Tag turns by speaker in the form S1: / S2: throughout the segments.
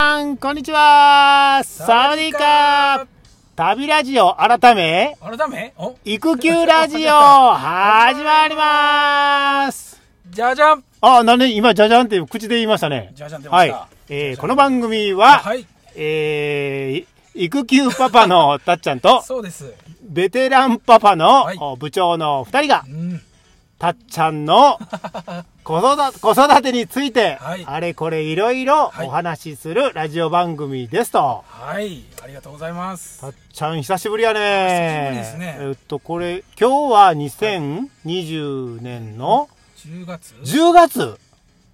S1: さん、こんにちはサワディーカー旅ラジオ改め、
S2: 改めお
S1: 育休ラジオ、始まります
S2: じゃじゃん
S1: あ、なんで今、じゃじゃんって口で言いましたね。
S2: じゃじゃん出ま
S1: は
S2: し
S1: い
S2: た。
S1: えーこの番組は、
S2: はい
S1: えー育休パパ のたっちゃんと、
S2: そうです
S1: ベテランパパの、
S2: はい
S1: お部長の二人が
S2: う、ん
S1: たっちゃん の子育て子育てについて、
S2: はい
S1: あれこれいろいろ
S2: はい
S1: お話しするラジオ番組ですと。
S2: はいありがとうございます
S1: たっちゃん久しぶりやね
S2: 久しぶりですね
S1: えっとこれ今日は2020年の
S2: 10月
S1: 10月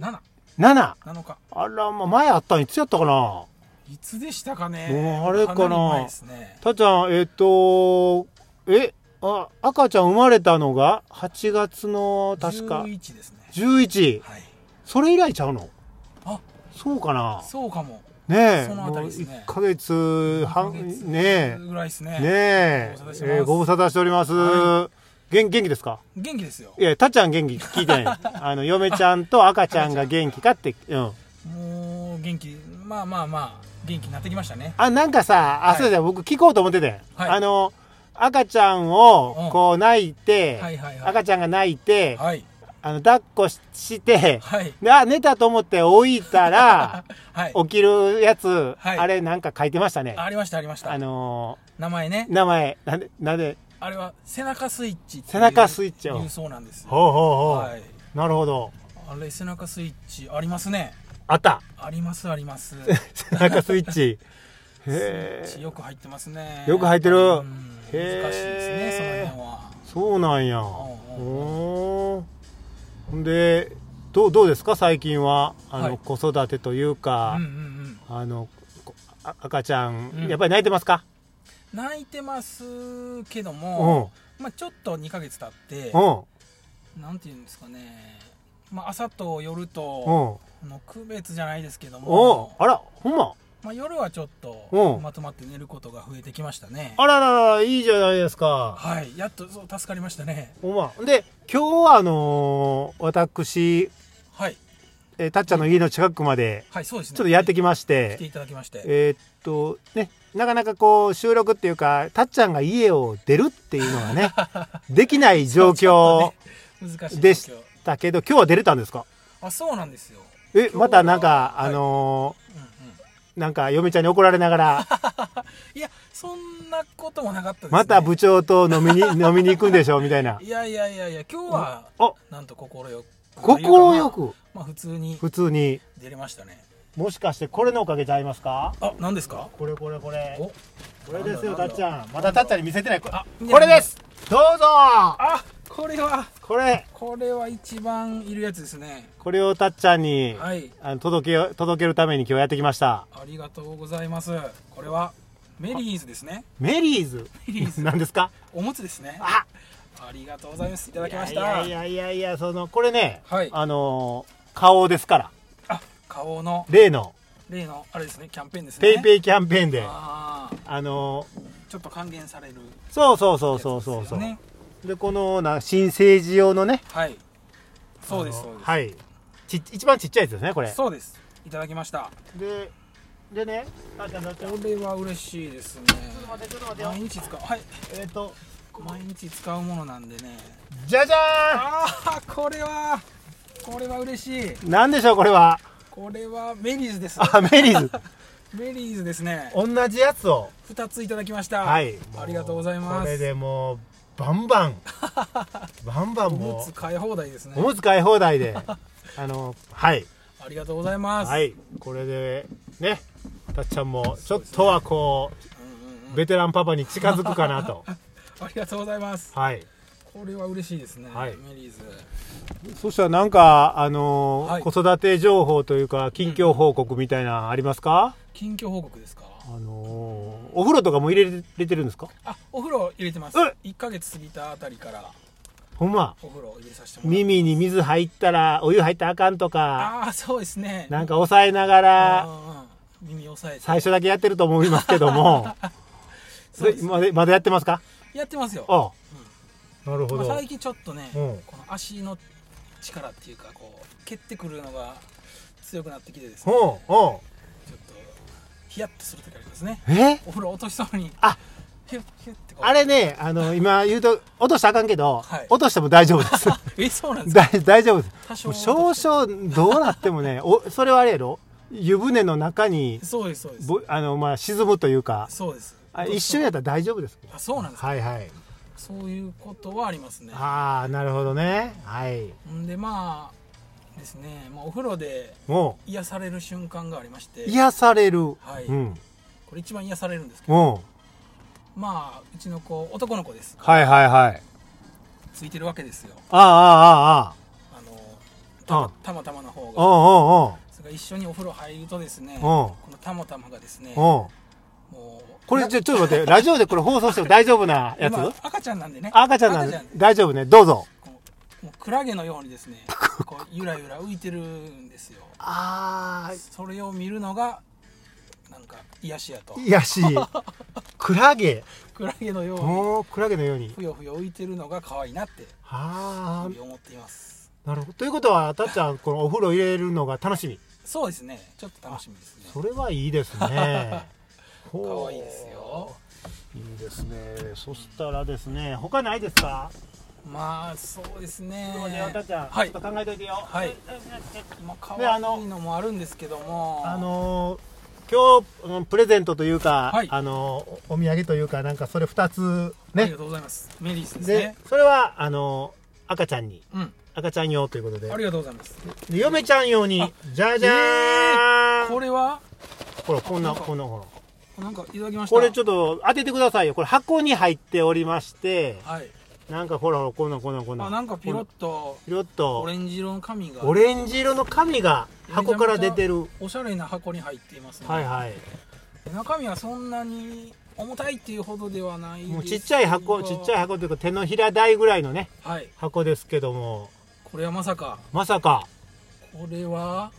S2: 7
S1: 7
S2: 7日
S1: あらまあ前あったんいつやったかない
S2: つでしたかね
S1: もうあれかな
S2: かり前ですね
S1: たっちゃんえっとえあ赤ちゃん生まれたのが8月の確か
S2: 11ですね
S1: 11
S2: はい
S1: それ以来ちゃうの
S2: あ
S1: そうかな
S2: そうかも
S1: ねえ
S2: そのあたりですね
S1: もう1ヶ月半
S2: 二ヶ月
S1: ね
S2: ぐらいですね
S1: えねえ
S2: ご無
S1: えーご無沙
S2: 沙汰してます
S1: 汰しております、
S2: は
S1: 元元気ですか
S2: 元気ですよ
S1: いや、たっちゃん元気聞いて ない。あの、嫁ちゃんと赤ちゃんが元気かって、うん。
S2: もう元気まあまあまあ元気になってきましたね
S1: あ、なんかさ、あ、
S2: はい
S1: そうだ、僕聞こうと思ってて。
S2: はい
S1: あの、赤ちゃん
S2: う
S1: を
S2: ん、
S1: こう泣いて、
S2: はいはいはい
S1: 赤ちゃんが泣いて、
S2: はい
S1: あの、抱っこしして、
S2: はい、
S1: であ、寝たと思って置いたら
S2: はい
S1: 起きるやつ、
S2: はい
S1: あれなんか書いてましたね。
S2: ありましたありました
S1: あの
S2: 名前ね
S1: ー名前、なんで、なんで、
S2: あれは背中スイッチっていう
S1: 背中スイッチを
S2: いうそうなんです
S1: ほうほうほう。
S2: はい
S1: なるほど。
S2: あれ背中スイッチありますね
S1: あった。
S2: ありますあります
S1: 背中スイッチ。へえ。
S2: 血よく入ってますね
S1: よく入ってる
S2: うん難しい
S1: へー
S2: ですねその辺は
S1: そうなんや。
S2: んうん
S1: おーほんで、どう、どうですか最近は。あの、
S2: はい
S1: 子育てというか
S2: うんう、んうん
S1: あの、こあ赤ちゃん、
S2: うん
S1: やっぱり泣いてますか
S2: 泣いてますけど
S1: う
S2: も、
S1: ん。
S2: まあ、ちょっと2ヶ月経って
S1: うん。
S2: なんていうんですかね、まあ、朝と夜
S1: う
S2: と
S1: ん。
S2: あの区別じゃないですけど
S1: お
S2: も、
S1: あら、ほんま。
S2: まあ、夜はちょっと
S1: うん
S2: まとまって寝ることが増えてきましたね
S1: あらららら、いいじゃないですか。
S2: はいやっとそう助かりましたね
S1: ほんま。で、今日はあのー私、
S2: はい
S1: えーたっちゃんの家の近くまで、
S2: はいそうですね
S1: ちょっとやって
S2: き
S1: きまし
S2: 来て
S1: て、
S2: いただきまして
S1: えーっと、ね、なかなかこう、収録っていうか、たっちゃんが家を出るっていうのが ね、できない状
S2: ち
S1: 況
S2: ょっ。とね難しい
S1: でし
S2: 状況
S1: だけど今日は出れたんですか
S2: あそうなんですよ、
S1: え
S2: 今日は
S1: またなんか、
S2: はい
S1: あの
S2: うんうん、
S1: ーなんか嫁ちゃんに怒られなが ら
S2: いやそんなこともなかったです、ね、
S1: また部長と飲み に飲みに行くんでしょみたいない
S2: やいやいやいや今日は
S1: あ
S2: なんと心よく
S1: 心よく
S2: まあ普通に
S1: 普通に
S2: 出れましたね
S1: もしかしてこれのおかげちゃいますか
S2: あ何ですか
S1: これこれこれ
S2: お
S1: これですよ
S2: な
S1: た
S2: んだ
S1: っちゃんまだたっちゃんに見せてないこ
S2: あ
S1: これですどうぞ
S2: あこれは
S1: これ
S2: これは一番いるやつですね
S1: これをたっちゃんに、
S2: はい
S1: あの届けよ届けるために今日やってきました
S2: ありがとうございますこれはメリーズですね
S1: メリーズ
S2: メリーズ
S1: 何ですか
S2: おむつですねあ
S1: あ
S2: りがとうございますいただ
S1: い
S2: きま
S1: や
S2: し
S1: い
S2: た
S1: やいやいやいやそのこれね、
S2: はい
S1: あのー顔ですから
S2: あ顔の
S1: 例の
S2: 例のあれですねキャンペーンですね
S1: ペイペイキャンペーンで、
S2: ああ
S1: あの、
S2: ちょっと還元される
S1: そうそうそう
S2: やつです
S1: そ
S2: よ
S1: うそうそう。
S2: ね
S1: で、このな新生児用のね、
S2: はいそうです
S1: あの
S2: そうです
S1: はい。ち一番ちっちゃいやつですね、これ。
S2: そうですいただきました
S1: で、でね、あちゃん、あちゃん
S2: こ
S1: ちょっ
S2: れは嬉しいですね
S1: と待って、ちょっと待ってよ
S2: 毎。日使うはい
S1: えっ、と、
S2: 毎日使うものなんでね
S1: じゃじゃ
S2: ああこれはこれは嬉しい
S1: ーん。なんでしょう、これは。
S2: これはメリーズです
S1: あ、メリー ズ。
S2: メリーズですね
S1: 同じやつを。
S2: 2ついただきました
S1: はい。
S2: ありがとうございます
S1: これでもう、バンバ ン。バンバン
S2: おむ
S1: も
S2: つ買い放題ですね
S1: う、おむつ買い放題 で。あの、はい。
S2: ありがとうございます、
S1: はい。これで、ね。たっちゃんも、ちょっとはこう、
S2: うんうんうん
S1: ベテランパパに近づくかな と。
S2: ありがとうございます
S1: はい。
S2: これは嬉しいですね、
S1: はい
S2: メリーズ
S1: そしたらなんか、あのー
S2: はい
S1: 子育て情報というか、近況報告みたいなのありますか、
S2: 近況報告ですか
S1: あのーお風呂とかも入れれてるんですか
S2: あお風呂入れてます
S1: うん
S2: 1ヶ月過ぎたあたりから
S1: ほんま。
S2: お風呂入れさせてもらって
S1: 耳に水入ったら、お湯入ったらあかんとか、
S2: ああそうですね
S1: なんか抑えなが
S2: う
S1: ら、
S2: んうんうん耳押さえて
S1: 最初だけやってると思いますけど も、
S2: そうです
S1: それまだまだやってますか
S2: やってますよ
S1: ああ、なるほ
S2: まあ
S1: ど。
S2: 最近ちょっとね、
S1: うん
S2: この足の力っていうかこう蹴ってくるのが強くなってきてですね
S1: ほうほ
S2: ちょっとヒヤッとする時ありますね
S1: え
S2: お風呂落としそうに
S1: あ
S2: ヒュッヒュッってこう
S1: あれね、あの、今言うと、落としたらあかんけど、
S2: はい
S1: 落としても大丈夫 です。
S2: えそうなんですか
S1: 大大丈夫です。
S2: 多少
S1: もう
S2: 落として
S1: 少々どうなってもね、おそれはあれやろ湯船の中に、
S2: そうですそうです
S1: ぼあの、まあ、沈むというか、
S2: そうです
S1: あ一瞬やったら大丈夫です。
S2: あそうなんですか
S1: はいはい。
S2: そういうことはありますね
S1: ああ、なるほどね。はい。
S2: んでまあですね、まあ、お風呂で
S1: も
S2: 癒される瞬間がありまして
S1: う、癒される。
S2: はい
S1: うん。
S2: これ一番癒されるんですけど
S1: も
S2: まあうちの子男の子です
S1: う、はいはいはい。
S2: ついてるわけですよ
S1: ああ、ああ、ああ。
S2: あの
S1: あ
S2: たたまたまの方
S1: お
S2: が
S1: うおう
S2: それが一緒にお風呂入るとですね
S1: お
S2: このたまたまがですね
S1: おうおう
S2: もう
S1: これ、ちょ、ちょっと待って、ラジオでこれ放送しても大丈夫なやつ
S2: 今赤ちゃんなんでね
S1: 赤ちゃんなん
S2: 赤
S1: で、大丈夫ね。どうぞ。
S2: こうもうクラゲのようにで すねこうゆらゆら浮いてるんですよ
S1: あ
S2: それを見るのがなんか癒しやと
S1: あ、いや しい。クラゲ。
S2: クラゲのように
S1: もう、クラゲのように。
S2: ふよふよ浮いてるのが可愛いなって
S1: あ
S2: 思っています
S1: あ、なるほど。ということは、たっちゃん、このお風呂入れるのが楽しみ。
S2: そうですねちょっと楽しみですね
S1: それはいいです ね。
S2: 可
S1: ほう
S2: 愛いです。よ
S1: いいですね。そしたらですね、他ないですか。
S2: まあそうですね
S1: そうね、たっちゃん、
S2: はい
S1: ちょっと考えといてよ。
S2: はいまあ可
S1: であの
S2: 愛いのもあるんですけども
S1: あのー今日うんプレゼントというか、
S2: はい
S1: あのーおお土産というかなんかそれ2つ
S2: あり
S1: ね
S2: がとうございますメリースです
S1: で
S2: ね
S1: それはあのー赤ちゃんに
S2: うん
S1: 赤ちゃん用ということで
S2: ありがとうございます
S1: で嫁ちゃん用にじゃじゃーん、
S2: これは
S1: ほらこんな
S2: あなんか
S1: こんなほら
S2: なんかいただきました
S1: これちょ
S2: ょ
S1: っと当ててくださいよこれ箱に入っておりまして
S2: はい
S1: なんかほらほらこんなこんなこんな
S2: あなんかピロッと
S1: ピロッ
S2: オ
S1: と
S2: レンジ色の紙が
S1: オレンジ色の紙が箱から出てる
S2: おしゃれな箱に入っていますね、
S1: はいはい
S2: 中身はそんなに重たいっていうほどではないです
S1: もうちっちゃい箱ちっちゃい
S2: い
S1: 箱というか手のひら台ぐらいのね
S2: はい
S1: 箱ですけども
S2: これはまさか
S1: まさか
S2: これは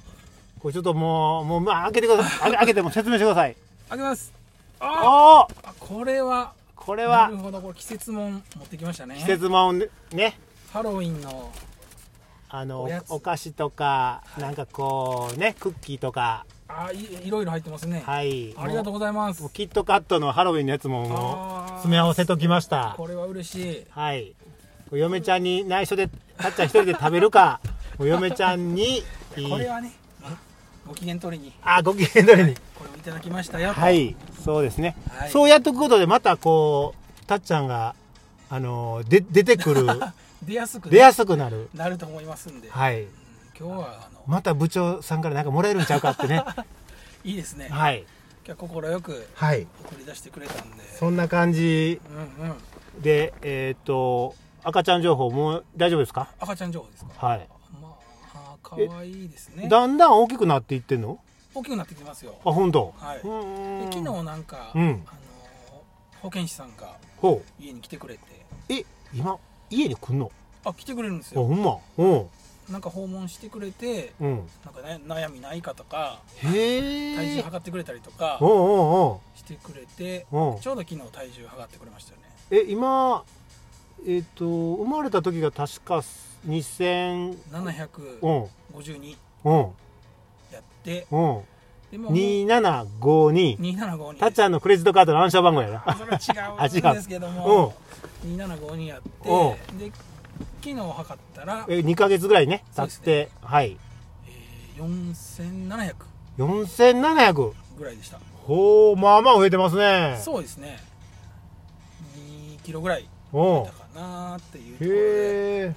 S1: これちょっともうもう、まあ、開けてくだ さい開け開けてもう説明してください
S2: 開けますあ
S1: おお
S2: あこれは
S1: これ
S2: な
S1: は
S2: るほどこれ季節もん持ってきましたね
S1: 季節もんねね
S2: ハロウィンの
S1: あの
S2: おやつ
S1: お菓子とかなんかこうねクッキーとか
S2: あいいろいろ入ってますね、
S1: はい
S2: ありがと
S1: も
S2: うございます
S1: もうキットカットのハロウィンのやつもも
S2: あ
S1: う
S2: ー
S1: 詰め合わせときました
S2: これは嬉しい
S1: はいお嫁ちゃんに内緒でたっちゃん一人で食べる かお嫁ちゃんに
S2: これはねご機嫌取りに
S1: あご機嫌取りに
S2: これをいただきましたよと
S1: はい、そうですね。
S2: はい
S1: そうやっていくことで、またこう、たっちゃんが、あのー、で、出てく る、
S2: 出やすくね、
S1: 出やすくなる。
S2: なると思いますんで、
S1: はい。
S2: 今日はあの
S1: また部長さんからなんかもらえるんちゃうかってね。
S2: いいですね、
S1: はい。
S2: 今日快く
S1: はい。
S2: 送り出してくれたんで
S1: そんな感じ
S2: うんうん
S1: で、えーっと、赤ちゃん情報もう大丈夫ですか
S2: 赤ちゃん情報ですか
S1: はい。
S2: まあ可愛いですね
S1: だんだん大きくなっていってんの
S2: 大きくなってきますよ
S1: あ、本当。
S2: はいうで
S1: ーん
S2: 昨日なんか、
S1: うん
S2: あの保健師さんが
S1: ほう。
S2: 家に来てくれて
S1: え、今、家に来んの
S2: あ来てくれるんです
S1: あ、ほ
S2: よ
S1: んま。うん。
S2: なんか訪問してくれて
S1: うん。
S2: なんか、ね、悩みないかとか体
S1: へ
S2: 重
S1: え。
S2: 測ってくれたりとか
S1: おうおうおう。
S2: してくれてち
S1: う
S2: ょ
S1: ん
S2: うど昨日体重測ってくれましたよね
S1: え今えっ、と生まれた時が確か2000う
S2: 752
S1: んうん
S2: やって
S1: うん
S2: でも
S1: 2752
S2: 2752
S1: たっちゃんのクレジットカードの暗証番号やな
S2: それは
S1: あ違
S2: 違
S1: う
S2: うんですけど
S1: うん
S2: も2752やって
S1: うん
S2: で昨日測ったら、え
S1: え2ヶ月ぐらいね
S2: そ
S1: 経
S2: う
S1: っ
S2: ですね
S1: て、はい
S2: ー、4700
S1: 4700
S2: ぐらいでした
S1: ほうまあまあ増えてますね
S2: そうですね2キロぐらい
S1: うん
S2: だかなっていうところで
S1: へえ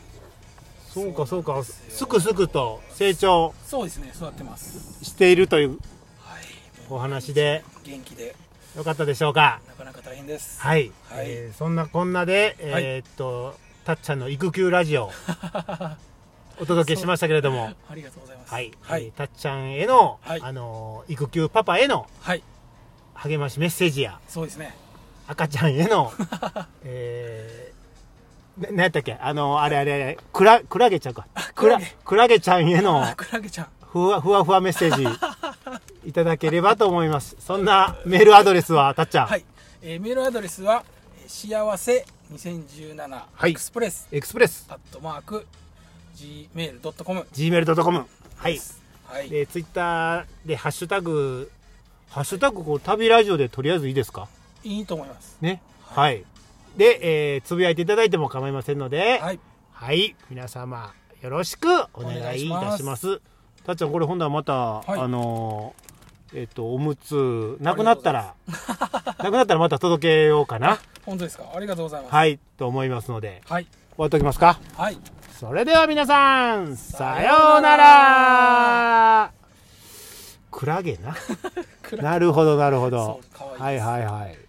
S1: そうかそう
S2: そうな
S1: か
S2: ん
S1: す
S2: ですよ
S1: くすくと成長
S2: そうですね育ってます
S1: しているという
S2: はい
S1: お話で
S2: 元気で
S1: よかったでしょうか
S2: なかなか大変です
S1: はい、
S2: はい
S1: えーそんなこんなで、
S2: はい
S1: えーっとたっちゃんの育休ラジ オお届けしましたけれども、
S2: ありがとうございます
S1: はい
S2: は
S1: えー
S2: い、
S1: たっちゃんへの、
S2: はい
S1: あのー育休パパへの
S2: はい、
S1: 励ましメッセージや
S2: そうですね
S1: 赤ちゃんへ の、えー、な何やったっけあのーあれあれあれクラクラゲちゃんかクラ
S2: クラゲ
S1: クラゲちゃんへの
S2: あクラゲちゃん
S1: ふわふわふわメッセージいただければと思いますそんなメールアドレスはたっちゃん、
S2: はい、えーメールアドレスはえー幸せ2017
S1: はい
S2: エクスプレス
S1: エクスプレス
S2: アットマーク gmail.com
S1: gmail.com はい
S2: はい、
S1: でツイッターで「ハッシュタグハッシュタグこう旅ラジオでとりあえずいいですか
S2: いいと思います
S1: ねはい、で、えーつぶやいていただいても構いませんのではい、
S2: はい
S1: 皆様よろしくお願いい
S2: お願
S1: たし
S2: いし
S1: ま
S2: ます
S1: たっちゃんこれ今度はまた、
S2: い
S1: あのーえっ、とおむつなくなったらなくなったらまた届けようか な
S2: 本当ですかありがとうございます
S1: はいと思いますので
S2: はい
S1: 終わっておきますか
S2: はい
S1: それでは皆さんさ
S2: さ
S1: よ
S2: よ
S1: う
S2: う
S1: な
S2: な
S1: らクラゲな
S2: クラゲ
S1: なるほどなるほど
S2: そうかわいい
S1: は
S2: で
S1: い
S2: す
S1: はいはい